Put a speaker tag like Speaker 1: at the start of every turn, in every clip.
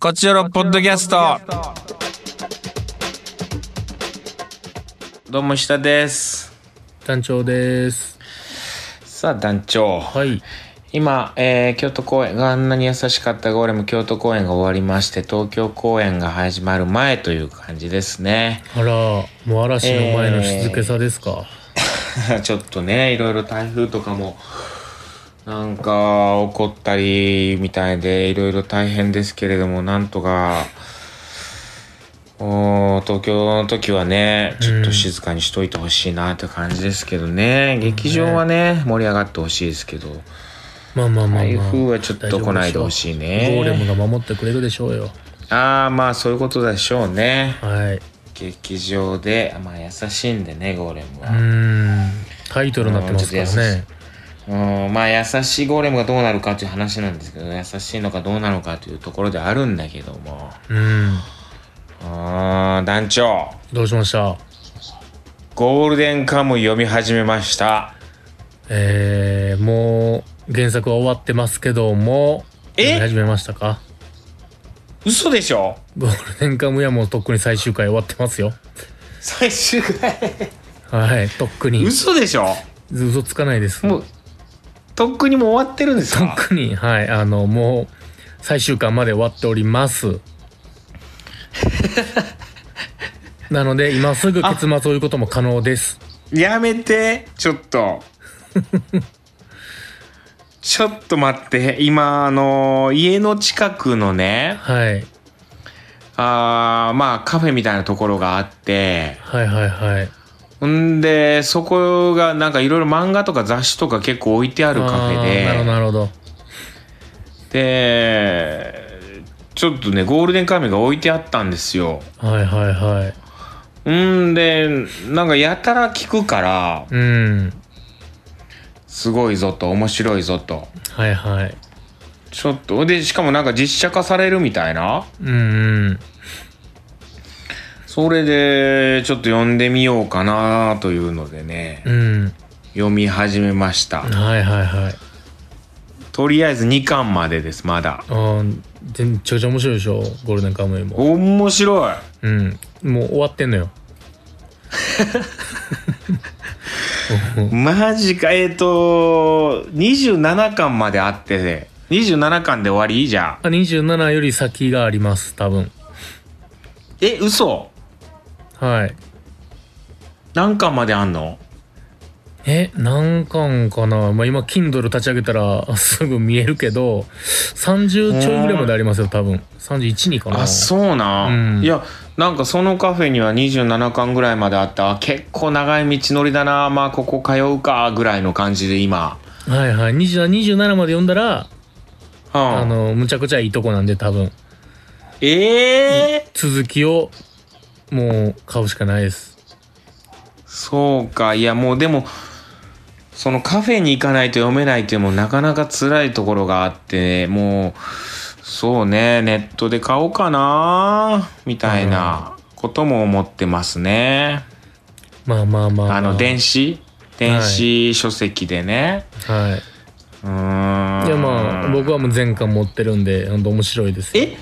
Speaker 1: こちらのポッドキャスト。どうも下です。
Speaker 2: 団長です。
Speaker 1: さあ団長。
Speaker 2: はい。
Speaker 1: 今、えー京都公演があんなに優しかったが俺も京都公演が終わりまして東京公演が始まる前という感じですね
Speaker 2: あら、もう嵐の前の静けさですか。
Speaker 1: ちょっとねいろいろ台風とかもなんか起こったりみたいでいろいろ大変ですけれどもなんとかおー東京の時はねちょっと静かにしといてほしいなって感じですけどね、劇場はね盛り上がってほしいですけど
Speaker 2: まあまあまあ、まあ。
Speaker 1: 台風はちょっと来ないでほしい
Speaker 2: 大丈夫でしょうゴーレ
Speaker 1: ね
Speaker 2: ムが守ってくれるでしょうよ。
Speaker 1: ああまあそういうことでしょうね
Speaker 2: はい。う
Speaker 1: 劇場でまあ優しいんでねゴーレムは
Speaker 2: ーん。タイトルになってますからね。
Speaker 1: うんまあ優しいゴーレムがどうなるかという話なんですけど優しいのかどうなのかというところであるんだけども
Speaker 2: うん。
Speaker 1: あー団長
Speaker 2: どうしました
Speaker 1: ゴールデンカムイ読み始めました
Speaker 2: えー、もう原作は終わってますけども、
Speaker 1: え
Speaker 2: 読み始めましたか
Speaker 1: 嘘でしょ
Speaker 2: ゴールデンカムイはもうとっくに最終回終わってますよ。
Speaker 1: 最終回
Speaker 2: はい。とっくに。
Speaker 1: 嘘でしょ
Speaker 2: 嘘つかないです。
Speaker 1: もうとっくにもう終わってるんですか
Speaker 2: 特に、はい、あの、もう、最終巻まで終わってお ります。なので、今すぐ結末を言うことも可能です。
Speaker 1: やめてちょっ とちょっと待って今あの家の近くのね
Speaker 2: はい、
Speaker 1: あーまあカフェみたいなところがあって
Speaker 2: はい、はい、はい。
Speaker 1: んでそこがなんかいろいろ漫画とか雑誌とか結構置いてあるカフ
Speaker 2: あーなるほど、
Speaker 1: ェ
Speaker 2: なるほど。
Speaker 1: ででちょっとねゴールデンカムイが置いてあったんですよ
Speaker 2: はい、はい、はい。
Speaker 1: んでなんかやたら聞くから
Speaker 2: うん、
Speaker 1: すごいぞと面白いぞと
Speaker 2: はい、はい。
Speaker 1: ちょっとでしかもなんか実写化されるみたいな
Speaker 2: うん、うん。
Speaker 1: それでちょっと読んでみようかなというのでね、
Speaker 2: うん、
Speaker 1: 読み始めました、
Speaker 2: はい、はい、はい。
Speaker 1: とりあえず2巻までですまだ
Speaker 2: あー全ちょちょ面白いでしょ、ゴールデンカムイも。
Speaker 1: 面白い
Speaker 2: うん、もう終わってんのよ。
Speaker 1: マジかえっ、と27巻まであって、27巻で終わりじゃあ
Speaker 2: あ27より先があります、多分。
Speaker 1: え嘘
Speaker 2: はい。
Speaker 1: 何巻まであんの
Speaker 2: え、何巻かなまあ、今、Kindle 立ち上げたら すぐ見えるけど、30ちょいぐらいまでありますよ、多分。31、2かな
Speaker 1: あそうな、
Speaker 2: うん
Speaker 1: いやなんかそのカフェには27巻ぐらいまであったあ結構長い道のりだなまあここ通うかぐらいの感じで今、
Speaker 2: はいはい。27, 27まで読んだら、
Speaker 1: うん、
Speaker 2: あの、むちゃくちゃいいとこなんで、多分。
Speaker 1: ええ
Speaker 2: 続きを、もう、買うしかないです。
Speaker 1: そうかいやもうでもそのカフェに行かないと読めないっていうのもなかなか辛いところがあって、もうそうねネットで買おうかなみたいなことも思ってますね、
Speaker 2: まあまあまあ、
Speaker 1: あの電子電子書籍でね、
Speaker 2: はい。
Speaker 1: うーん
Speaker 2: いやまあ、僕はもう全巻持ってるんで、ほんと面白いですよ。
Speaker 1: え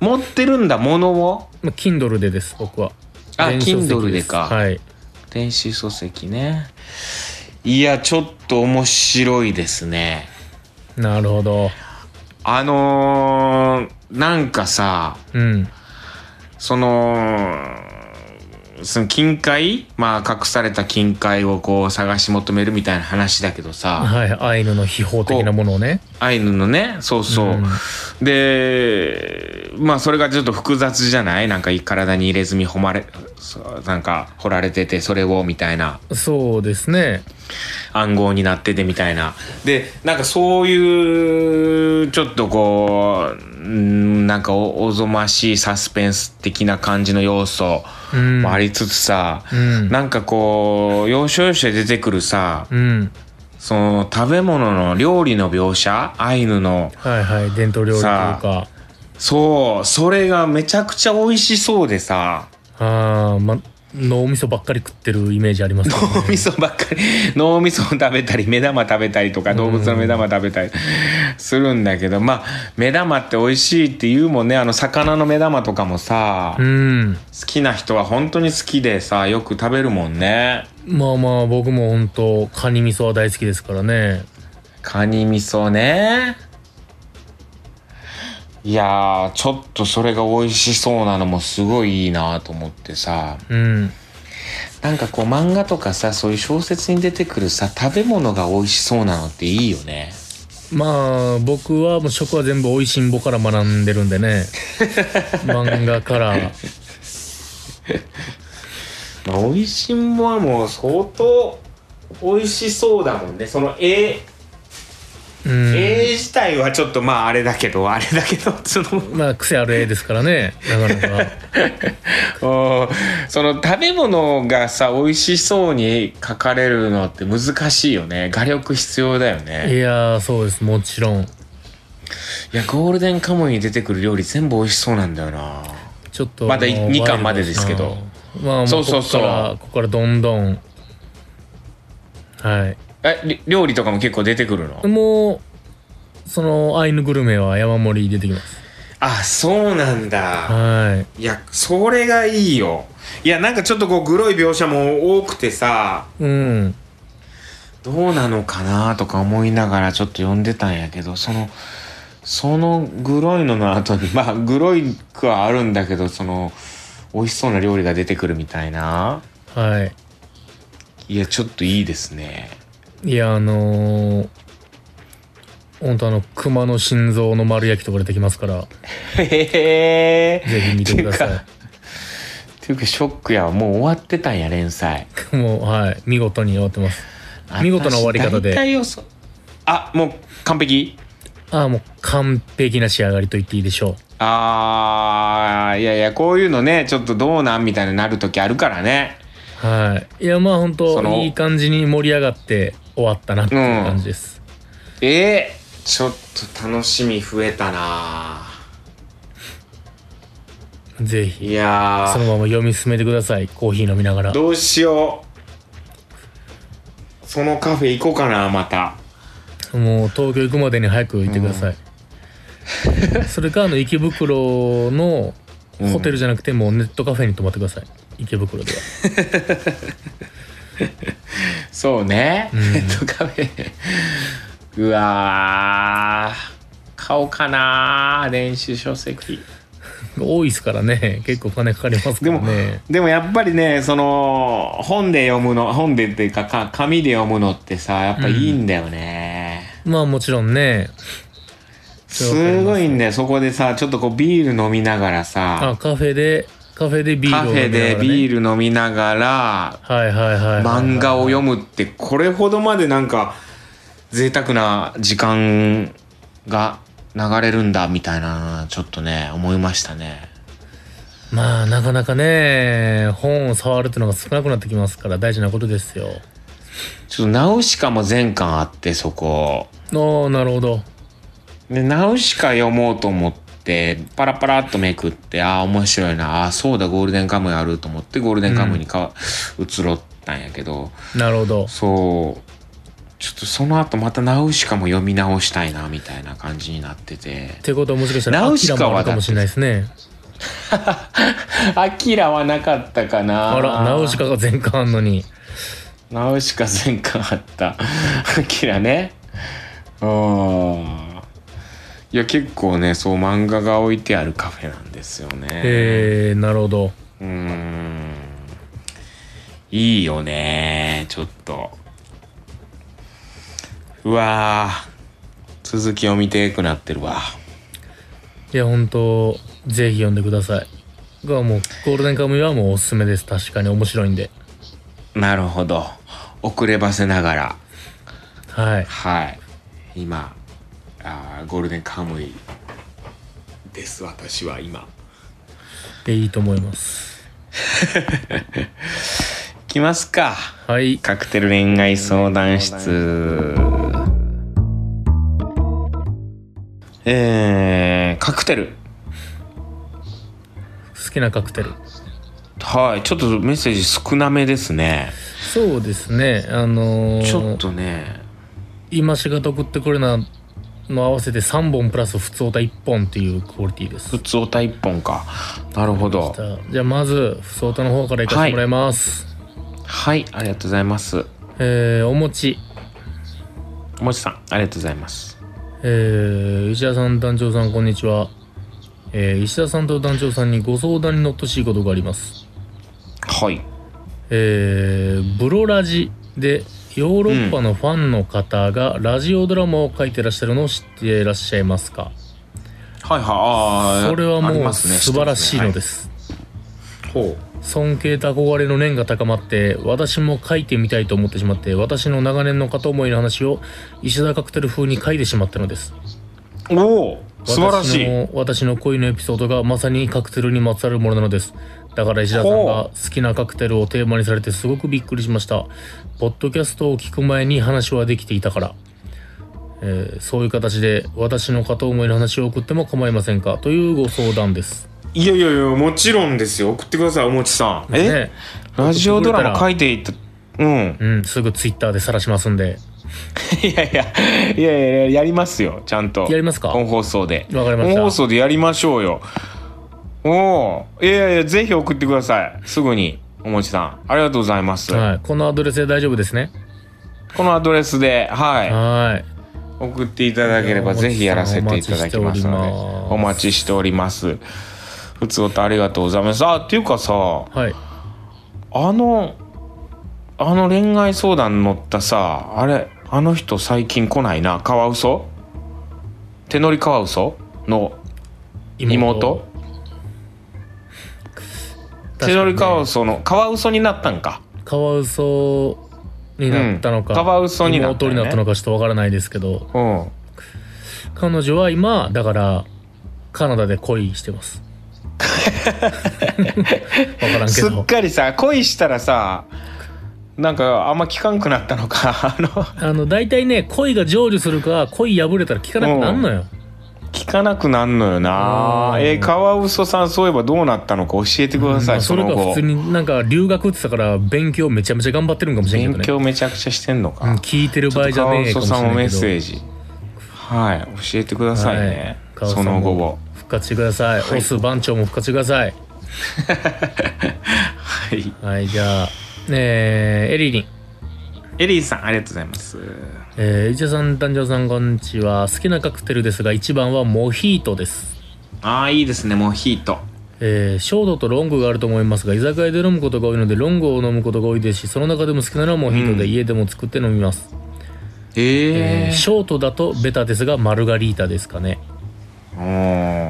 Speaker 1: 持ってるんだものを
Speaker 2: まあ、Kindle でです、僕は。
Speaker 1: あ
Speaker 2: 電子書籍
Speaker 1: Kindle ですか
Speaker 2: はい。
Speaker 1: 電子書籍ねいやちょっと面白いですね
Speaker 2: なるほど。
Speaker 1: あのー、なんかさ
Speaker 2: うん。
Speaker 1: そのその金塊まあ隠された金塊をこう探し求めるみたいな話だけどさ
Speaker 2: はい。アイヌの秘宝的なものをね。
Speaker 1: アイヌのねそうそう、
Speaker 2: うん
Speaker 1: でまあそれがちょっと複雑じゃないなんか体に入れ墨ほまれそうなんか掘られててそれをみたいな
Speaker 2: そうですね。
Speaker 1: 暗号になっててみたいなでなんかそういうちょっとこうんなんかおおぞましいサスペンス的な感じの要素
Speaker 2: うん。
Speaker 1: もありつつさ、
Speaker 2: うん。
Speaker 1: なんかこう要所要所で出てくるさ
Speaker 2: うん。
Speaker 1: その食べ物の料理の描写アイヌの
Speaker 2: はいはい。伝統料理というか。
Speaker 1: そうそれがめちゃくちゃ美味しそうでさ
Speaker 2: ああー、ま、脳みそばっかり食ってるイメージありますけどね
Speaker 1: 脳みそばっかり脳みそを食べたり目玉食べたりとか動物の目玉食べたりするんだけどまあ目玉って美味しいって言うもんねあの魚の目玉とかもさ
Speaker 2: うん
Speaker 1: 好きな人は本当に好きでさよく食べるもんね
Speaker 2: まあまあ僕も本当カニ味噌は大好きですからね
Speaker 1: カニ味噌ねいやーちょっとそれが美味しそうなのもすごいいいなと思ってさ
Speaker 2: うん
Speaker 1: なんかこう漫画とかさそういう小説に出てくるさ食べ物が美味しそうなのっていいよね
Speaker 2: まあ僕はもう食は全部おいしんぼから学んでるんでね漫画から
Speaker 1: まあ、美味しんぼはもう相当美味しそうだもんねその絵、
Speaker 2: うん
Speaker 1: 絵自体はちょっとまああれだけどあれだけど その
Speaker 2: まあ癖ある絵ですからねなかなか
Speaker 1: うんその食べ物がさ美味しそうに描かれるのって難しいよね画力必要だよ
Speaker 2: い
Speaker 1: ね
Speaker 2: やーそうですもちろん
Speaker 1: いやゴールデンカムイに出てくる料理全部美味しそうなんだよな
Speaker 2: ちょっと
Speaker 1: まだい
Speaker 2: あの
Speaker 1: 二巻までですけど
Speaker 2: ワイルドですなまあまあ
Speaker 1: そうそうそう
Speaker 2: ここからここからどんどんはい
Speaker 1: えり料理とかも結構出てくるの
Speaker 2: もうそのアイヌグルメは山盛り出てきます
Speaker 1: あそうなんだ
Speaker 2: はい
Speaker 1: いやそれがいいよいやなんかちょっとこうグロい描写も多くてさ
Speaker 2: うん
Speaker 1: どうなのかなとか思いながらちょっと読んでたんやけどそのそのグロいのの後にまあグロいくはあるんだけどその美味しそうな料理が出てくるみたいな
Speaker 2: はい
Speaker 1: いやちょっといいですね
Speaker 2: いやあのー、本当あの熊の心臓の丸焼きとか出てきますから
Speaker 1: へえ
Speaker 2: ぜひ見てくださ
Speaker 1: ていうかショックやもう終わってたんや連載
Speaker 2: いもうはい見事に終わってます 見事な終わり方で
Speaker 1: 私大体予想あもう完璧
Speaker 2: ああもう完璧な仕上がりと言っていいでしょ
Speaker 1: あーいやいやこういうのねちょっとどうなんみたいになる時あるからね
Speaker 2: うはいいやまあ本
Speaker 1: そ
Speaker 2: 当
Speaker 1: の
Speaker 2: いい感じに盛り上がって終わったなっていう感じです、
Speaker 1: えー、ちょっと楽しみ増えたな
Speaker 2: ぜひ
Speaker 1: いや
Speaker 2: その
Speaker 1: ー
Speaker 2: まま読み進めてくださいコーヒー飲みながら
Speaker 1: どうしようそのカフェ行こうかなまた
Speaker 2: もう東京行くまでに早く行ってください、それかあの池袋の
Speaker 1: うん
Speaker 2: ホテルじゃなくてもうネットカフェに泊まってください池袋では
Speaker 1: そうね、
Speaker 2: ん
Speaker 1: えっとカフェうわー買おうかな練習書籍
Speaker 2: 多いですからね結構お金かかりますか
Speaker 1: で
Speaker 2: ら
Speaker 1: も、
Speaker 2: ね
Speaker 1: でもやっぱりねその本で読むの本でっていうかか紙で読むのってさやっぱいいんだよね、
Speaker 2: まあもちろんね
Speaker 1: すごいんだよそこでさちょっとこうビール飲みながらさ
Speaker 2: あカフェでカフェでビー
Speaker 1: カ
Speaker 2: ル
Speaker 1: フ
Speaker 2: を
Speaker 1: ェでビ
Speaker 2: ル
Speaker 1: ール飲みながら
Speaker 2: はいはいはい
Speaker 1: 漫画を
Speaker 2: む
Speaker 1: 読むってこれほどまでなんか贅沢な時間が流れるんだみたいなちょっとね思いましたね
Speaker 2: まあなかなかね本を触るっていうのが少なくなってきますから大事なことですよ
Speaker 1: ちょっとナウシカも全巻あってそこ
Speaker 2: ああなるほど
Speaker 1: でナウシカ読もうと思ってパラパラっとめくってああ面白いなああそうだゴールデンカムイあると思ってゴールデンカムイにか、移ろったんやけど
Speaker 2: なるほど
Speaker 1: そうちょっとその後またナウシカも読み直したいなみたいな感じになってて
Speaker 2: ってことはもしかしたら
Speaker 1: ナウ
Speaker 2: アキ
Speaker 1: シ
Speaker 2: ラ
Speaker 1: カ
Speaker 2: もあ
Speaker 1: はだって
Speaker 2: るかもしれないですね
Speaker 1: アキラはなかったかな
Speaker 2: あらナウシカが全巻あんのに
Speaker 1: ナウシカ全巻あったアキラねうんいや結構ねそう漫画が置いてあるカフェなんですよね
Speaker 2: えー、なるほど
Speaker 1: うーんいいよねちょっとうわー続きを見てくなってるわ
Speaker 2: いや本当ぜひ読んでください僕はもうゴールデンカムイはもうおすすめです確かに面白いんで
Speaker 1: なるほど遅ればせながら
Speaker 2: はい
Speaker 1: はい今あーゴールデンカムイです私は今
Speaker 2: でいいと思います
Speaker 1: いきますか
Speaker 2: はい
Speaker 1: カクテル恋愛相談室えー、カクテル
Speaker 2: 好きなカクテル
Speaker 1: 食はいちょっとメッセージ少なめですね
Speaker 2: そうですねあのー
Speaker 1: ちょっとね
Speaker 2: 今しがた送ってくれなの合わせて3本プラス普通歌1本っていうクオリティです
Speaker 1: 普通おた1本かなるほど
Speaker 2: じゃあじゃあまず普通歌の方からいかせてもらいます、
Speaker 1: はいありがとうございます
Speaker 2: えーお餅
Speaker 1: おもちさんありがとうございます
Speaker 2: えー石田さん団長さんこんにちは、えー石田さんと団長さんにご相談に乗ってほしいことがあります
Speaker 1: はい
Speaker 2: えーブロラジでヨーロッパのファンの方がラジオドラマを書いてらっしゃるのを知ってらっしゃいますか、
Speaker 1: はいはいあー
Speaker 2: それはも
Speaker 1: あり
Speaker 2: う
Speaker 1: ますね
Speaker 2: 素晴らしいのですす
Speaker 1: ね、はいほ
Speaker 2: 尊敬と憧れの念が高まって私も書いてみたいと思ってしまって私の長年の片思いの話を石田カクテル風に書いてしまったのです
Speaker 1: うおお素晴らしい
Speaker 2: 私の私の恋のエピソードがまさにカクテルにまつわるものなのですだから石田さんが
Speaker 1: ほ
Speaker 2: 好きなカクテルをテーマにされてすごくびっくりしましたポッドキャストを聞く前に話はできていたから、えーそういう形で私の片思いの話を送っても構いませんかというご相談です
Speaker 1: いやいやいやもちろんですよ送ってくださいおもちさんえ、
Speaker 2: ね
Speaker 1: ラジオドラマ書いていたうん
Speaker 2: うん、すぐツイッターで晒しますんで
Speaker 1: いやいやいやいややりますよちゃんと
Speaker 2: やりますか
Speaker 1: 本放送で
Speaker 2: わかりました
Speaker 1: 本放送でやりましょうよおおいやいやぜひ送ってくださいすぐにおもちさんありがとうございます、
Speaker 2: はい、このアドレスで大丈夫ですね。
Speaker 1: このアドレスではい
Speaker 2: は
Speaker 1: 送っていただければぜひやらせていただきますのでお
Speaker 2: お
Speaker 1: 待
Speaker 2: 待
Speaker 1: ちしておりますふつおたありがとうございますあっていうかさ
Speaker 2: い。はい。
Speaker 1: あのあの恋愛相談乗ったさあれあの人最近来ないなカワウソ手乗りカワウソの妹 手乗りカワウ
Speaker 2: ソ。
Speaker 1: ソのカワウソになったんか
Speaker 2: カワウソになったの
Speaker 1: う
Speaker 2: か、
Speaker 1: んカワウソになった
Speaker 2: 妹
Speaker 1: よね
Speaker 2: になったのかちょっとわからないですけど、
Speaker 1: うん
Speaker 2: 彼女は今、だから、カナダで恋し てます。わからんけ
Speaker 1: すっ
Speaker 2: ど。
Speaker 1: かりさ恋したらさなんかあんま聞かんくなったのか あの
Speaker 2: あの、大体ね、恋が成就するか、恋破れたら聞かなくなんのよ。
Speaker 1: 聞かなくなんのよな
Speaker 2: うん
Speaker 1: えー、カワウソさんそういえばどうなったのか教えてください、
Speaker 2: まあ
Speaker 1: そ
Speaker 2: それ
Speaker 1: の
Speaker 2: か
Speaker 1: 後
Speaker 2: 普通になんか留学って言ってたから勉強めちゃめちゃ頑張ってるんかもしれんけど
Speaker 1: 勉
Speaker 2: ね。
Speaker 1: 強めちゃくちゃしてんのか、
Speaker 2: うん聞いてる
Speaker 1: ち
Speaker 2: 場
Speaker 1: ょっ
Speaker 2: 合
Speaker 1: と
Speaker 2: じゃ
Speaker 1: カワウ
Speaker 2: ねえか
Speaker 1: ソ
Speaker 2: も
Speaker 1: さん
Speaker 2: しれ
Speaker 1: を
Speaker 2: な
Speaker 1: メ
Speaker 2: い
Speaker 1: ッ
Speaker 2: けど。
Speaker 1: セージはい教えてくださいね、
Speaker 2: はい
Speaker 1: その後を。
Speaker 2: 復活してください。オス番長も復活してください。
Speaker 1: はい
Speaker 2: はい、じゃあ、えー、エリリン。
Speaker 1: エリーさんありがとうございます
Speaker 2: えー、伊田さん、誕生さん、こんにちは。好きなカクテルですが、一番はモヒートです。
Speaker 1: ああいいですねモヒート
Speaker 2: えー、ショートとロングがあると思いますが、居酒屋で飲むことが多いので、ロングを飲むことが多いですし、その中でも好きなのはモヒートで、
Speaker 1: うん
Speaker 2: 家でも作って飲みます。
Speaker 1: え
Speaker 2: えー
Speaker 1: え
Speaker 2: ショートだとベタですが、マルガリータですかね。
Speaker 1: おー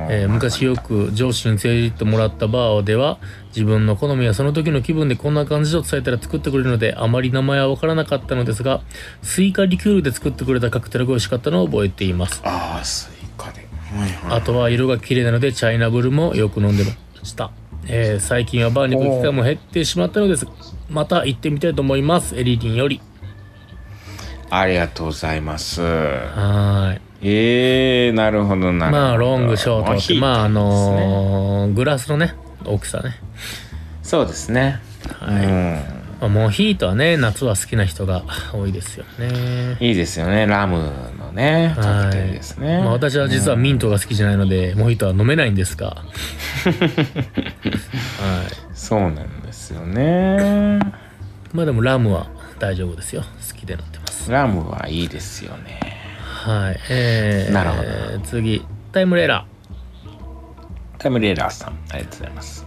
Speaker 2: えー昔よく上司に連れて行ってもらったバーでは自分の好みやその時の気分でこんな感じと伝えたら作ってくれるのであまり名前は分からなかったのですがスイカリキュールで作ってくれたカクテルが美味しかったのを覚えています
Speaker 1: ああスイカではいはい
Speaker 2: あとは色が綺麗なのでチャイナブルもよく飲んでました、えー最近はバーに行く機会も減ってしまったのですまた行ってみたいと思いますエリリンより
Speaker 1: ありがとうございます
Speaker 2: はーい
Speaker 1: ええなるほどなるほど
Speaker 2: まあロングショー
Speaker 1: モ
Speaker 2: トって
Speaker 1: ヒート
Speaker 2: まああ
Speaker 1: ですね
Speaker 2: のーグラスのね大きさね
Speaker 1: そうですね。
Speaker 2: はいまあ、モヒートはね夏は好きな人が多いですよね
Speaker 1: うん。いいですよね。ラムのね、
Speaker 2: はい
Speaker 1: カクテルですね。
Speaker 2: まあ、私は実はミントが好きじゃないので、モヒートは飲めないんです がはい
Speaker 1: そうなんですよね。
Speaker 2: まあでもラムは大丈夫ですよ好きで飲んでます
Speaker 1: ラムはいいですよね。
Speaker 2: はいえー、
Speaker 1: なるほど
Speaker 2: えー次タイムレーラー
Speaker 1: タイムレーラーさん、ありがとうございます。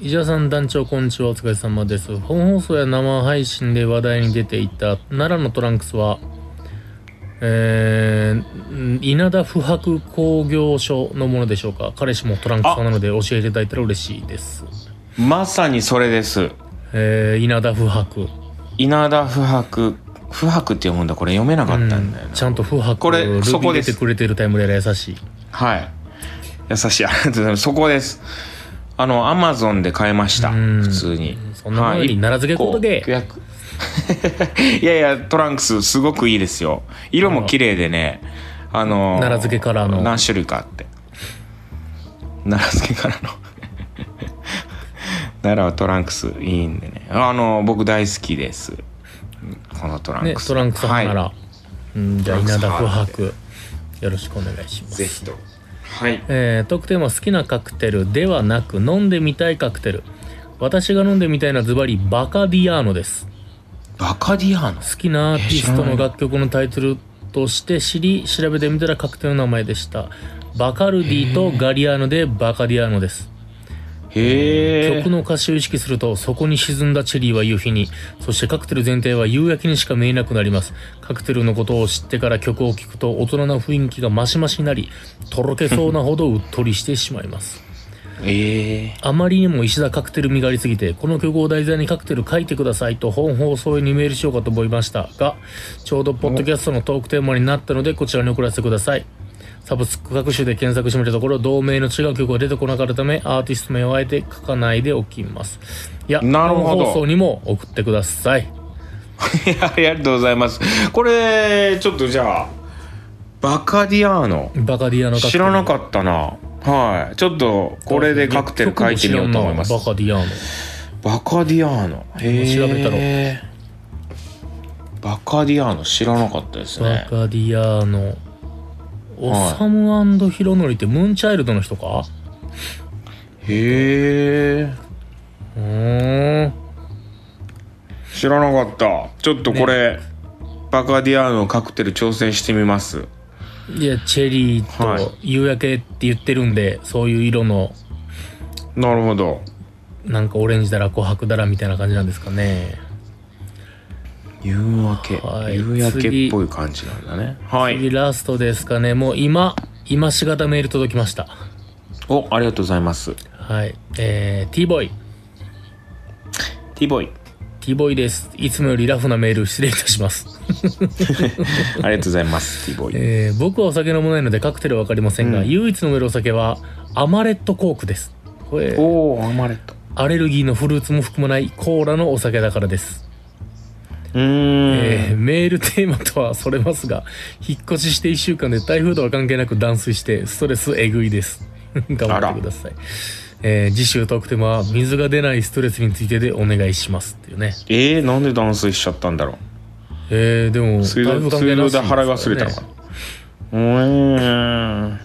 Speaker 2: 伊沢さん団長こんにちはお疲れ様です本放送や生配信で話題に出ていた奈良のトランクスはえー、稲田不白工業所のものでしょうか彼氏もトランクス派なので教えていただいたら嬉しいです
Speaker 1: まさにそれです。
Speaker 2: えー、稲田不白
Speaker 1: 稲田不白、不白って読むんだ。これ読めなかったんだよ
Speaker 2: う
Speaker 1: な。
Speaker 2: んちゃんと不白
Speaker 1: これ
Speaker 2: ルビー
Speaker 1: そこです
Speaker 2: 出てくれてるタイムレーラー優しい
Speaker 1: はい。優しい。ありがとうございます。そこです。あの、アマゾンで買いました。
Speaker 2: うん
Speaker 1: 普通に。
Speaker 2: そんなものに奈良漬けこ
Speaker 1: こと
Speaker 2: け
Speaker 1: 約 いやいやトランクスすごくいいですよ色も綺麗でねあの
Speaker 2: 奈良漬けカラーの
Speaker 1: 何種類かあって奈良漬けからの 奈良はトランクスいいんでねあの僕大好きですこのトラン
Speaker 2: ね
Speaker 1: クス、
Speaker 2: トランクス派なら、
Speaker 1: は
Speaker 2: うんじゃあ稲田
Speaker 1: ト
Speaker 2: 不
Speaker 1: ランクス
Speaker 2: 白よろしくお願いしま
Speaker 1: い、
Speaker 2: す
Speaker 1: ぜひとはい
Speaker 2: えー、特典は好きなカクテルではなく飲んでみたいカクテル私が飲んでみたいのはズバリバカディアーノです
Speaker 1: バカディアーノ
Speaker 2: 好きなアーティストの楽曲のタイトルとして知り調べてみたらカクテルの名前でしたバカルディとガリアーノでバカディアーノです
Speaker 1: へえ
Speaker 2: 曲の歌詞を意識するとそこに沈んだチェリーは夕日にそしてカクテル全体は夕焼けにしか見えなくなりますカクテルのことを知ってから曲を聴くと大人な雰囲気がマシマシになりとろけそうなほどうっとりしてしまいます
Speaker 1: ええ
Speaker 2: あまりにも石田カクテル味がありすぎて、この曲を題材にカクテル書いてくださいと本放送にメールしようかと思いましたが、ちょうどポッドキャストのトークテーマになったのでこちらに送らせてください。サブスク各種で検索してみたところ、同名の違う曲が出てこなかったため、アーティスト名をあえて書かないでおきます。いや、
Speaker 1: なるほど
Speaker 2: 本放送にも送ってください。
Speaker 1: い やありがとうございますこれちょっとじゃあバカディアーノ
Speaker 2: バカディアのカクテル
Speaker 1: 知らなかったなはいちょっとこれでカクテル書いてみようと思います
Speaker 2: バカディアの。
Speaker 1: バカディアーノへえ
Speaker 2: 調べたろ
Speaker 1: バカディアーノ知らなかったです
Speaker 2: バ
Speaker 1: ね
Speaker 2: カディアの。オ
Speaker 1: はい
Speaker 2: サムヒロノリってムーンチャイルドの人か
Speaker 1: へえ
Speaker 2: うーん
Speaker 1: 知らなかったちょっとこれ、バカディアーノカクテル挑戦してみます
Speaker 2: いやチェリ
Speaker 1: は
Speaker 2: ー
Speaker 1: い
Speaker 2: と夕焼けって言ってるんで、そういう色の
Speaker 1: なるほど
Speaker 2: なんかオレンジだら琥珀だらみたいな感じなんですかね
Speaker 1: 夕焼け、
Speaker 2: はい
Speaker 1: 夕焼けっぽい感じなんだねはい
Speaker 2: 次ラストですかねもう今今しがたメール届きました
Speaker 1: おありがとうございます
Speaker 2: はいえー、T ボーイ
Speaker 1: T ボー イ
Speaker 2: T ボーイですいつもよりラフなメール失礼いたします
Speaker 1: ありがとうございます T ボーイ
Speaker 2: えー僕はお酒飲まないのでカクテルはわかりませんが、
Speaker 1: うん
Speaker 2: 唯一飲めるお酒はアマレットコークですこれ
Speaker 1: おおアマレット
Speaker 2: アレルギーのフルーツも含まないコーラのお酒だからです
Speaker 1: うーん、
Speaker 2: えーメールテーマとはそれますが引っ越しして1週間で台風とは関係なく断水してストレスえぐいです 頑張ってください、えー次週トークテーマは水が出ないストレスについてでお願いしますっていうね
Speaker 1: えー、なんで断水しちゃったんだろ
Speaker 2: えー、でも
Speaker 1: う水道水道で払い忘れたのかなうーん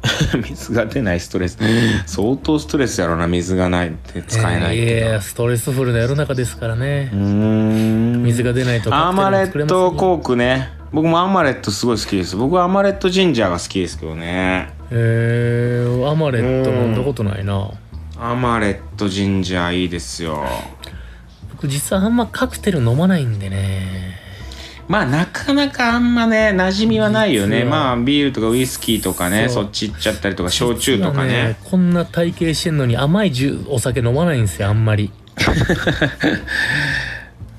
Speaker 1: 水が出ないストレス相当ストレスやろな水がないって使えないっ
Speaker 2: い
Speaker 1: ていうのは
Speaker 2: やストレスフルな世の中ですからね、
Speaker 1: うーん
Speaker 2: 水が出ないと
Speaker 1: アーマレ
Speaker 2: カクテ
Speaker 1: ッ
Speaker 2: ルも作れま
Speaker 1: ト
Speaker 2: せんよ
Speaker 1: コークね僕もアーマレットすごい好きです僕はアーマレットジンジャーが好きですけどね
Speaker 2: えー、アマレット飲んだことないな
Speaker 1: アーマレットジンジャーいいですよ
Speaker 2: 僕実はあんまカクテル飲まないんでね
Speaker 1: まあなかなかあんまね馴染みはないよね
Speaker 2: 実は
Speaker 1: まあビールとかウイスキーとかね
Speaker 2: そ
Speaker 1: そうっち行っちゃったりとか焼酎とかね
Speaker 2: 実はこんな体型してんのに甘いジュお酒飲まないんですよあんまり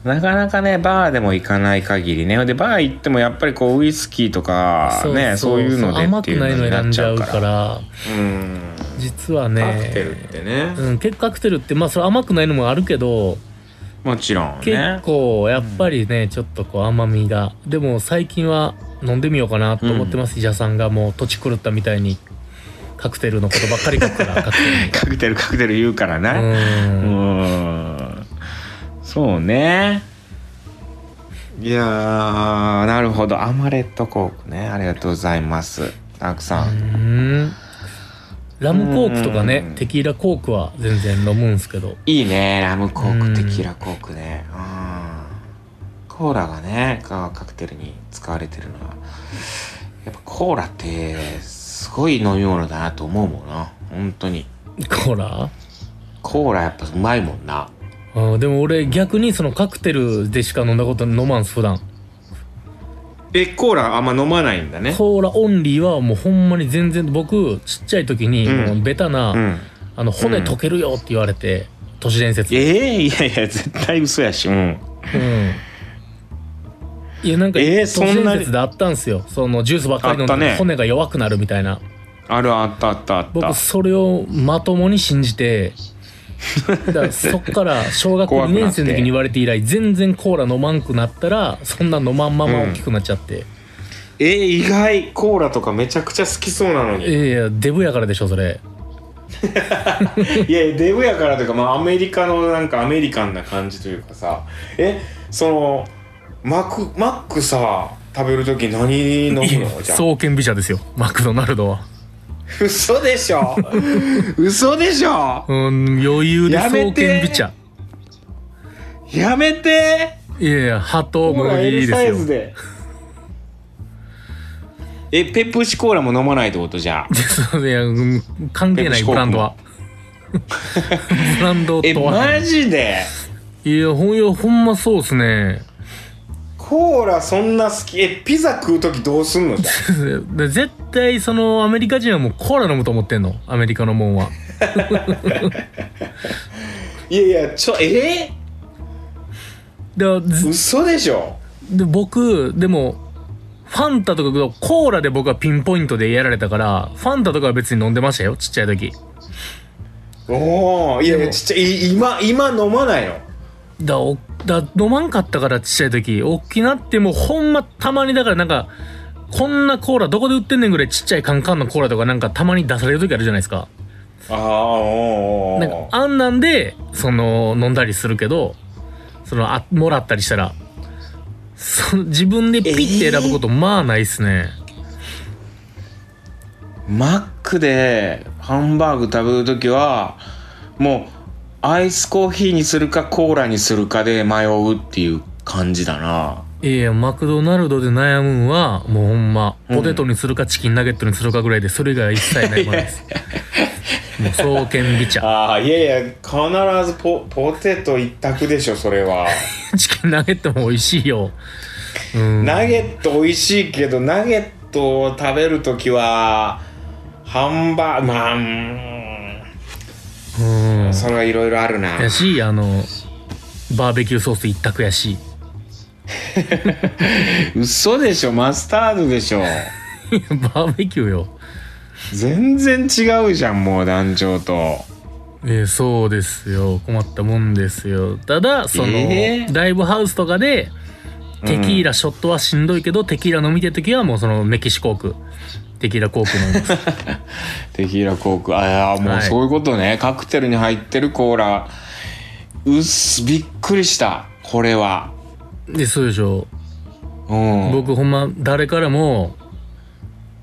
Speaker 1: なかなかねバーでも行かない限りねでバー行ってもやっぱりこうウイスキーとかねそういうので
Speaker 2: 甘
Speaker 1: って
Speaker 2: く
Speaker 1: いう
Speaker 2: ない
Speaker 1: の
Speaker 2: の
Speaker 1: にな
Speaker 2: 選ん
Speaker 1: っち
Speaker 2: じゃ
Speaker 1: ゃう
Speaker 2: う
Speaker 1: か
Speaker 2: からら
Speaker 1: うん
Speaker 2: 実はね
Speaker 1: カクテルってね、
Speaker 2: うん、結構カクテルってまあそれ甘くないのもあるけど
Speaker 1: もちろんね
Speaker 2: 結構やっぱりね、ちょっとこう甘みがでも最近は飲んでみようかなと思ってます、伊者さんがもう土地狂ったみたいにカクテルのことばっかり書くからカクテ
Speaker 1: カクテルカクテル言うから
Speaker 2: ル
Speaker 1: ね、う
Speaker 2: にうん
Speaker 1: んそうねいやーなるほどアマレットコークねありがとうございますたくさん、
Speaker 2: うんラムコークとか
Speaker 1: う
Speaker 2: ね
Speaker 1: ん
Speaker 2: テキーラコークは全然飲むんすけど
Speaker 1: いいねラムコ
Speaker 2: う
Speaker 1: ー
Speaker 2: ん
Speaker 1: クテキーラコークねうんコーラがねカカクテルに使われてるのはやっぱコーラってすごい飲み物だなと思うもんな本当に
Speaker 2: コーラ
Speaker 1: コーラやっぱうまいもんな
Speaker 2: ああでも俺逆にそのカクテルでしか飲んだこと飲まんす普段
Speaker 1: えコーラあんま飲まないんだね
Speaker 2: コーラオンリーはもうほんまに全然僕ちっちゃい時に
Speaker 1: うん
Speaker 2: もうベタな、
Speaker 1: うん
Speaker 2: あの骨溶けるよって言われて、都市伝説
Speaker 1: ええいやいや絶対嘘やしうん
Speaker 2: うんいやなんか、
Speaker 1: えーそ
Speaker 2: 都
Speaker 1: んな
Speaker 2: 市
Speaker 1: に
Speaker 2: 伝説であったんすよそのジュースばっかり飲んで
Speaker 1: あったね
Speaker 2: 骨が弱くなるみたいな
Speaker 1: あるあったあったあった
Speaker 2: 僕それをまともに信 じてだからそっから小学校
Speaker 1: 怖
Speaker 2: 2
Speaker 1: くなって
Speaker 2: 年生の時に言われて以来全然コーラ飲まんくなったらそんな飲まんまま大きくなっちゃって、
Speaker 1: え意外コーラとかめちゃくちゃ好きそうなのに
Speaker 2: いやいやデブやからでしょそれ
Speaker 1: いやいやデブやからというか、まあ、アメリカのなんかアメリカンな感じというかさえそのマックマックさ食べる時何飲むのじゃあ
Speaker 2: 創建美茶ですよマクドナルドは
Speaker 1: 嘘でし ょ嘘でしょ
Speaker 2: うん余裕で
Speaker 1: や
Speaker 2: 創
Speaker 1: めて
Speaker 2: 建美茶
Speaker 1: やめて
Speaker 2: いやいや歯と
Speaker 1: ほら
Speaker 2: 麦
Speaker 1: L
Speaker 2: で
Speaker 1: サイ
Speaker 2: す
Speaker 1: ズ
Speaker 2: よ
Speaker 1: でえペプシコーラも飲まないってことじゃあ
Speaker 2: そういやうん関係な
Speaker 1: ペ
Speaker 2: い
Speaker 1: プシコークも
Speaker 2: ブランドはブランド
Speaker 1: え
Speaker 2: とは
Speaker 1: マジで
Speaker 2: いやほんよほんまそうっすね
Speaker 1: コーラそんな好きえピザ食う時どうすんのじゃあ
Speaker 2: で絶対そのアメリカ人はもうコーラ飲むと思ってんのアメリカのもんはい
Speaker 1: やいやちょえ
Speaker 2: でず
Speaker 1: 嘘でしょ
Speaker 2: で僕でもファンタとかコーラで僕はピンポイントでやられたからファンタとかは別に飲んでましたよちっちゃい時
Speaker 1: おおいやい
Speaker 2: で
Speaker 1: や
Speaker 2: も
Speaker 1: ちっちゃいい今今飲まないの
Speaker 2: だおだ飲まんかったからちっちゃい時大きなってもうほんまたまにだからなんかこんなコーラどこで売ってんねんぐらいちっちゃいカンカンのコーラとかなんかたまに出される時あるじゃないですか
Speaker 1: ああおーお
Speaker 2: なん
Speaker 1: ー
Speaker 2: か
Speaker 1: おー
Speaker 2: あんなんでその飲んだりするけどそのあもらったりしたらその自分でピッて選ぶことまあないっすね、
Speaker 1: マックでハンバーグ食べる時はもうアイスコーヒーにするかコーラにするかで迷うっていう感じだない
Speaker 2: やマクドナルドで悩むんはもうほんま
Speaker 1: うん
Speaker 2: ポテトにするかチキンナゲットにするかぐらいでそれ以外は一切ないまですもう双剣美茶
Speaker 1: ああいやいや必ずポポテト一択でしょそれは
Speaker 2: チキンナゲットも美味しいようん
Speaker 1: ナゲット美味しいけどナゲットを食べる時はハンバーグまあうー
Speaker 2: うん
Speaker 1: んそれはいろいろあるな
Speaker 2: やしあのバーベキューソース一択やし
Speaker 1: 嘘でしょマスタードでしょ
Speaker 2: いやバーベキューよ
Speaker 1: 全然違うじゃんもう団長と
Speaker 2: えーそうですよ困ったもんですよただその、
Speaker 1: えー
Speaker 2: ライブハウスとかでテキーラショットはしんどいけど、テキーラ飲みたい時はもうそのメキシコークテキーラコーク飲みま す
Speaker 1: テキーラコークああも
Speaker 2: はいう
Speaker 1: そういうことね、カクテルに入ってるコーラうっすびっくりしたこれは
Speaker 2: でそうでしょ
Speaker 1: うん
Speaker 2: 僕ほんま誰からも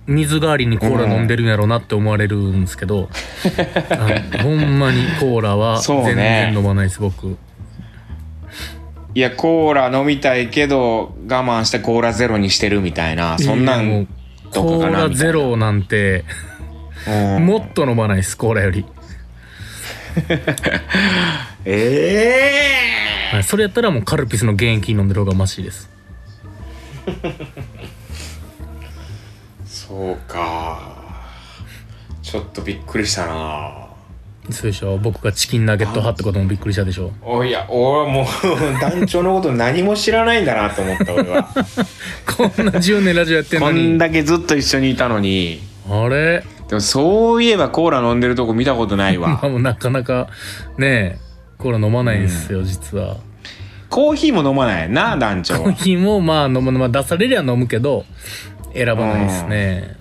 Speaker 2: 水代わりにコーラ飲んでるんやろうなって思われるんです けど、あのほんまにコーラは
Speaker 1: そう
Speaker 2: 全
Speaker 1: ね
Speaker 2: 然飲まないです、僕
Speaker 1: いやコーラ飲みたいけど我慢してコーラゼロにしてるみたいなそんない
Speaker 2: やもうん
Speaker 1: と
Speaker 2: コ
Speaker 1: か
Speaker 2: ー
Speaker 1: かな
Speaker 2: ラゼロなんて
Speaker 1: うん
Speaker 2: もっと飲まないですコーラより、
Speaker 1: ええ
Speaker 2: はい、それやったらもうカルピスの原液飲んでる方がマシです
Speaker 1: そうかちょっとびっくりしたな
Speaker 2: そうでしょ僕がチキンナゲット派ってこともびっくりしたでしょ
Speaker 1: おいや俺はもう 団長のこと何も知らないんだなと思った俺は
Speaker 2: こんな10年ラジオやって ん
Speaker 1: こ
Speaker 2: の
Speaker 1: ん
Speaker 2: に
Speaker 1: だけずっと一緒にいたのに
Speaker 2: あれ
Speaker 1: でもそういえばコーラ飲んでるとこ見たことない
Speaker 2: ま あ
Speaker 1: わ
Speaker 2: もうなかなかねえコーラ飲まないんですよ、実は
Speaker 1: コーヒーも飲まないな団長
Speaker 2: コーヒーもまあ飲む、まあ、出されりゃ飲むけど選ばないですね、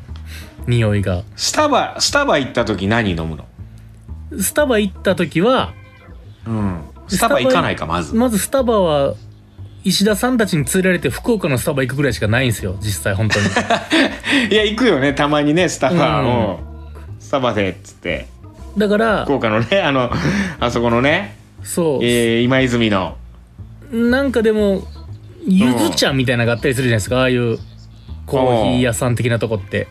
Speaker 2: 匂いが
Speaker 1: スタバスタバ行った時何飲むの
Speaker 2: スタバ行った時は
Speaker 1: うんスタバ行かないかまず
Speaker 2: まずスタバは石田さんたちに連れられて福岡のスタバ行くぐらいしかないんですよ実際本 当に
Speaker 1: いや行くよねたまにねスタバ
Speaker 2: うん
Speaker 1: を、スタバでっつって
Speaker 2: だから
Speaker 1: 福岡のねあのあそこのね、
Speaker 2: そう、
Speaker 1: えー今泉の
Speaker 2: なんかでもゆず茶みたいなのがあったりするじゃないですかああいうコーヒー屋さん的なとこって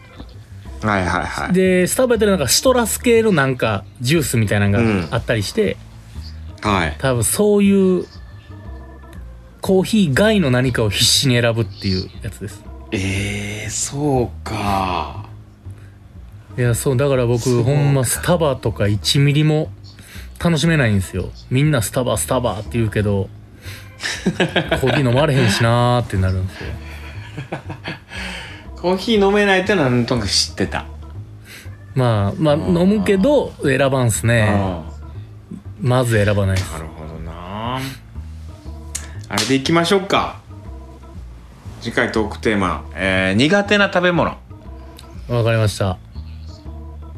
Speaker 1: はいはいは
Speaker 2: でスタバやったらなんかシトラス系のなんかジュースみたいなの
Speaker 1: うん
Speaker 2: があったりして、
Speaker 1: はい
Speaker 2: 多分そういうコーヒー外の何かを必死に選ぶっていうやつです
Speaker 1: えー、そうか
Speaker 2: いやそうだから
Speaker 1: そうか
Speaker 2: 僕ほんまスタバとか1ミリも楽しめないんですよみんなスタバスタバって言うけどコーヒー飲まれへんしなーってなるんですよ
Speaker 1: コーヒー飲めないってのはなんとなく知ってた、
Speaker 2: まあまあ
Speaker 1: うん
Speaker 2: 飲むけど選ばんすねまず選ばないです
Speaker 1: うんなるほどなあれでいきましょうか次回トークテーマ、えー苦手な食べ物
Speaker 2: わかりました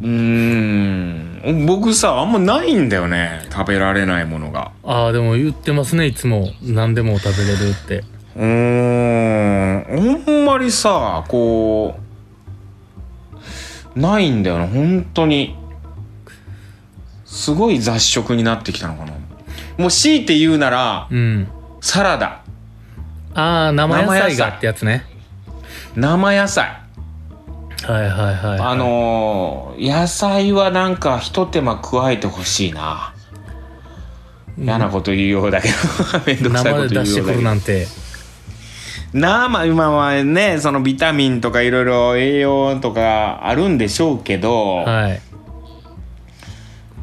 Speaker 1: うーん僕さあんまないんだよね食べられないものが
Speaker 2: ああ、でも言ってますね、いつも。何でも食べれるって。
Speaker 1: うーんあんまりさこうないんだよな本当にすごい雑食になってきたのかなもう強いて言うなら
Speaker 2: うん。
Speaker 1: サラダ
Speaker 2: ああ、生野
Speaker 1: 生野
Speaker 2: 菜
Speaker 1: 菜
Speaker 2: がってやつね。
Speaker 1: 生野菜
Speaker 2: はいはいはい。
Speaker 1: あのー野菜はなんかひと手間加えてほしいな嫌なこと言うようだけど めんどくさいこと
Speaker 2: 生で
Speaker 1: 言
Speaker 2: 出
Speaker 1: うよ
Speaker 2: して
Speaker 1: う
Speaker 2: く
Speaker 1: だけど
Speaker 2: るなんて。
Speaker 1: 生今はねそのビタミンとかいろいろ栄養とかあるんでしょうけど、
Speaker 2: はい。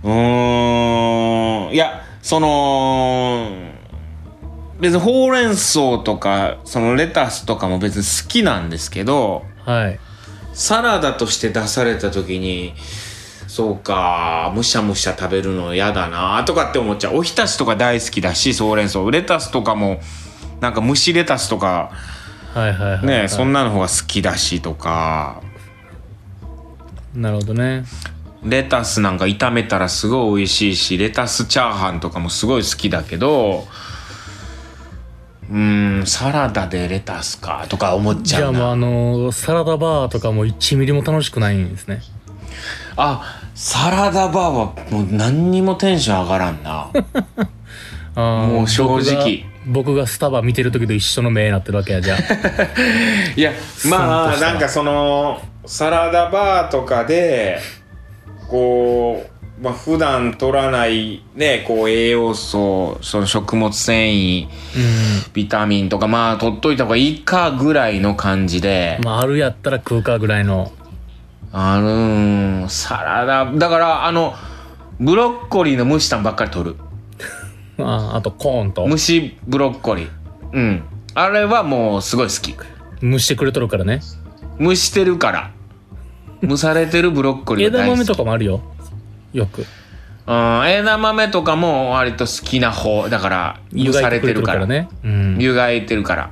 Speaker 1: うーんいやその別にほうれん草とかそのレタスとかも別に好きなんですけど
Speaker 2: はい。
Speaker 1: サラダとして出された時にそうかむしゃむしゃ食べるの嫌だなとかって思っちゃうおひたしとか大好きだしほうれん草レタスとかもなんか蒸しレタスとか
Speaker 2: はいはいはいはい。
Speaker 1: ねそんなの方が好きだしとか
Speaker 2: なるほどね。
Speaker 1: レタスなんか炒めたらすごい美味しいしレタスチャーハンとかもすごい好きだけどうーんサラダでレタスかとか思っち
Speaker 2: じゃ
Speaker 1: ゃ
Speaker 2: あ
Speaker 1: う
Speaker 2: もう
Speaker 1: な
Speaker 2: あのーサラダバーとかも1ミリも楽しくないんですね。
Speaker 1: あサラダバーはもう何にもテンション上がらんな
Speaker 2: あー
Speaker 1: もう正直
Speaker 2: 僕が僕がスタバ見てる時と一緒の目になってるわけやじ ゃあ
Speaker 1: いやま
Speaker 2: スンと
Speaker 1: あ
Speaker 2: した
Speaker 1: なんかそのサラダバーとかでこうまあ普段取らないねこう栄養素その食物繊維ビタミンとかまあ取っといた方がいいかぐらいの感じで
Speaker 2: うん、まああるやったら食うかぐらいの
Speaker 1: あるんサラダだからあのブロッコリーの蒸したんばっかり取る
Speaker 2: あーあとコーンと
Speaker 1: 蒸しブロッコリーうんあれはもうすごい好き
Speaker 2: 蒸してくれとるからね
Speaker 1: 蒸してるから蒸されてるブロッコリーが
Speaker 2: 枝
Speaker 1: 大好き
Speaker 2: 豆とかもあるよよく
Speaker 1: うん、枝豆とかも割と好きな方だから
Speaker 2: 湯
Speaker 1: 蒸
Speaker 2: が
Speaker 1: さ
Speaker 2: いて
Speaker 1: れて
Speaker 2: くれて
Speaker 1: る
Speaker 2: る
Speaker 1: か
Speaker 2: かららねうん
Speaker 1: 湯がいてるから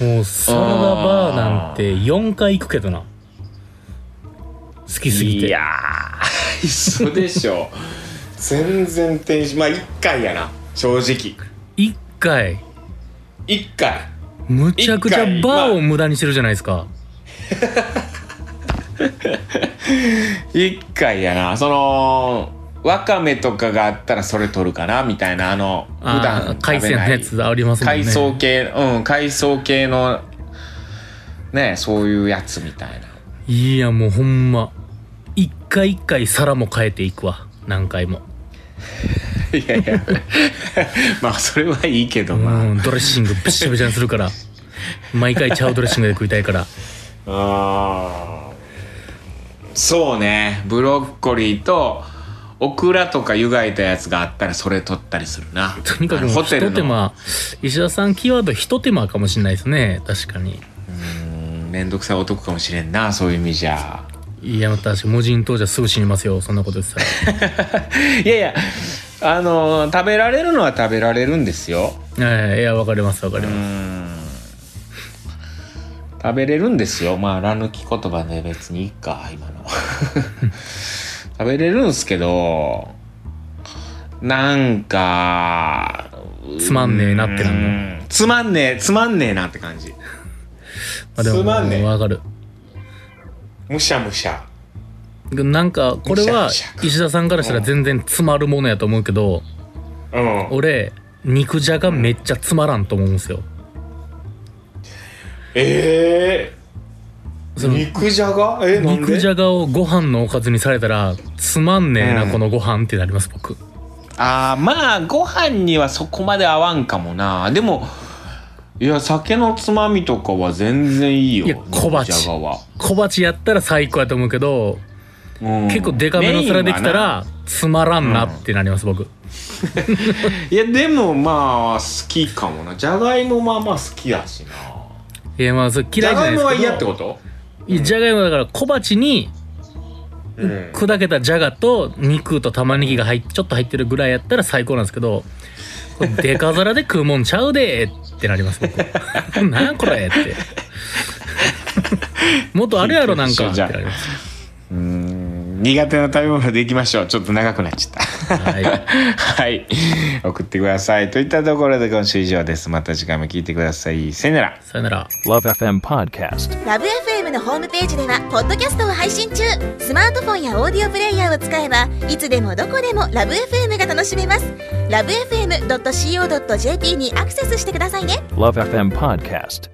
Speaker 2: もうサラダバーなんて4回行くけどな好きすぎ
Speaker 1: い
Speaker 2: て
Speaker 1: やー 嘘でしょ全然テンションまあ1回やな正直
Speaker 2: 1回
Speaker 1: 1回
Speaker 2: むちゃくちゃバ
Speaker 1: 一回
Speaker 2: ーを無駄にしてるじゃないですか、
Speaker 1: 1回やなそのわかめとかがあったらそれ取るかなみたいなあの普
Speaker 2: あー、
Speaker 1: 段
Speaker 2: 海
Speaker 1: 食べ
Speaker 2: 鮮の
Speaker 1: ない
Speaker 2: やつありますもんね
Speaker 1: 海藻系うん海藻系のねそういうやつみたいない
Speaker 2: やもうほんま一回一回皿も変えていくわ何回も、
Speaker 1: いやい やまあそれはいいけどまあ、
Speaker 2: うんドレッシングびっしゃびしゃにす るから毎回ちゃうドレッシングで食いたいから
Speaker 1: あーそうねブロッコリーとオクラとか湯がいたやつがあったらそれ取ったりするな
Speaker 2: とにかく
Speaker 1: あの
Speaker 2: もう
Speaker 1: ホテ
Speaker 2: 一
Speaker 1: ル
Speaker 2: 手
Speaker 1: の
Speaker 2: 間石田さんキーワード一手間かもしれないですね確かに
Speaker 1: うんめんどくさい男かもしれんなそういう意味じゃ
Speaker 2: いや私無人島じゃすぐ死にますよそんなこと言ってたら
Speaker 1: いやいやあの食べられるのは食べられるんですよ
Speaker 2: ええいやわかりますわかります、
Speaker 1: 食べれるんですよまあら抜き言葉で別にいいか今の 食べれるんすけどなんか
Speaker 2: つまんねえなってなるの
Speaker 1: うんつまんねえつまんねえなって感じ
Speaker 2: あ、でも
Speaker 1: つまんねえ
Speaker 2: わかる
Speaker 1: むしゃむしゃ
Speaker 2: なんかこれは
Speaker 1: むしゃくしゃか
Speaker 2: 石田さんからしたら全然詰まるものやと思うけど
Speaker 1: うん
Speaker 2: 俺肉じゃがめっちゃつまらんと思うんですよ
Speaker 1: ええ
Speaker 2: その
Speaker 1: 肉じゃがえなんで
Speaker 2: 肉じゃがをご飯のおかずにされたらつまんねえな、
Speaker 1: うん
Speaker 2: このご飯ってなります僕
Speaker 1: あーまあご飯にはそこまで合わんかもなでもいや酒のつまみとかは全然いいよ
Speaker 2: いや小鉢
Speaker 1: 肉じゃがは、
Speaker 2: 小鉢やったら最高やと思うけど、
Speaker 1: うん
Speaker 2: 結構デカめの皿できたらつまらんなってなります僕、
Speaker 1: メインはないやでもまあ好きかもなじゃがいもまあまあ好きだしない
Speaker 2: やまあそれ
Speaker 1: じ
Speaker 2: 嫌
Speaker 1: ゃ
Speaker 2: いじ
Speaker 1: が
Speaker 2: ゃない
Speaker 1: い
Speaker 2: で
Speaker 1: もは嫌
Speaker 2: すけど
Speaker 1: ってこと
Speaker 2: いやじゃがいもだから小鉢に
Speaker 1: うん
Speaker 2: 砕けたじゃがと肉と玉ねぎが入っちょっと入ってるぐらいやったら最高なんですけどこれデカ皿で食うもんちゃうでってなります僕 なんこれってもっとあれやろなんかってなります
Speaker 1: うーん苦手な食べ物でいきましょう。ちょっと長くなっちゃった。
Speaker 2: はい。
Speaker 1: はい。送ってください。といったところで今週以上です。また次回も聞いてください。さよなら。
Speaker 2: さよなら。
Speaker 3: Love FM Podcast.
Speaker 4: ラブ f m のホームページではポッドキャストを配信中スマートフォンやオーディオプレイヤーを使えばいつでもどこでもラブ f m が楽しめますラブ FM.co.jp にアクセスしてくださいね
Speaker 3: Love FM Podcast.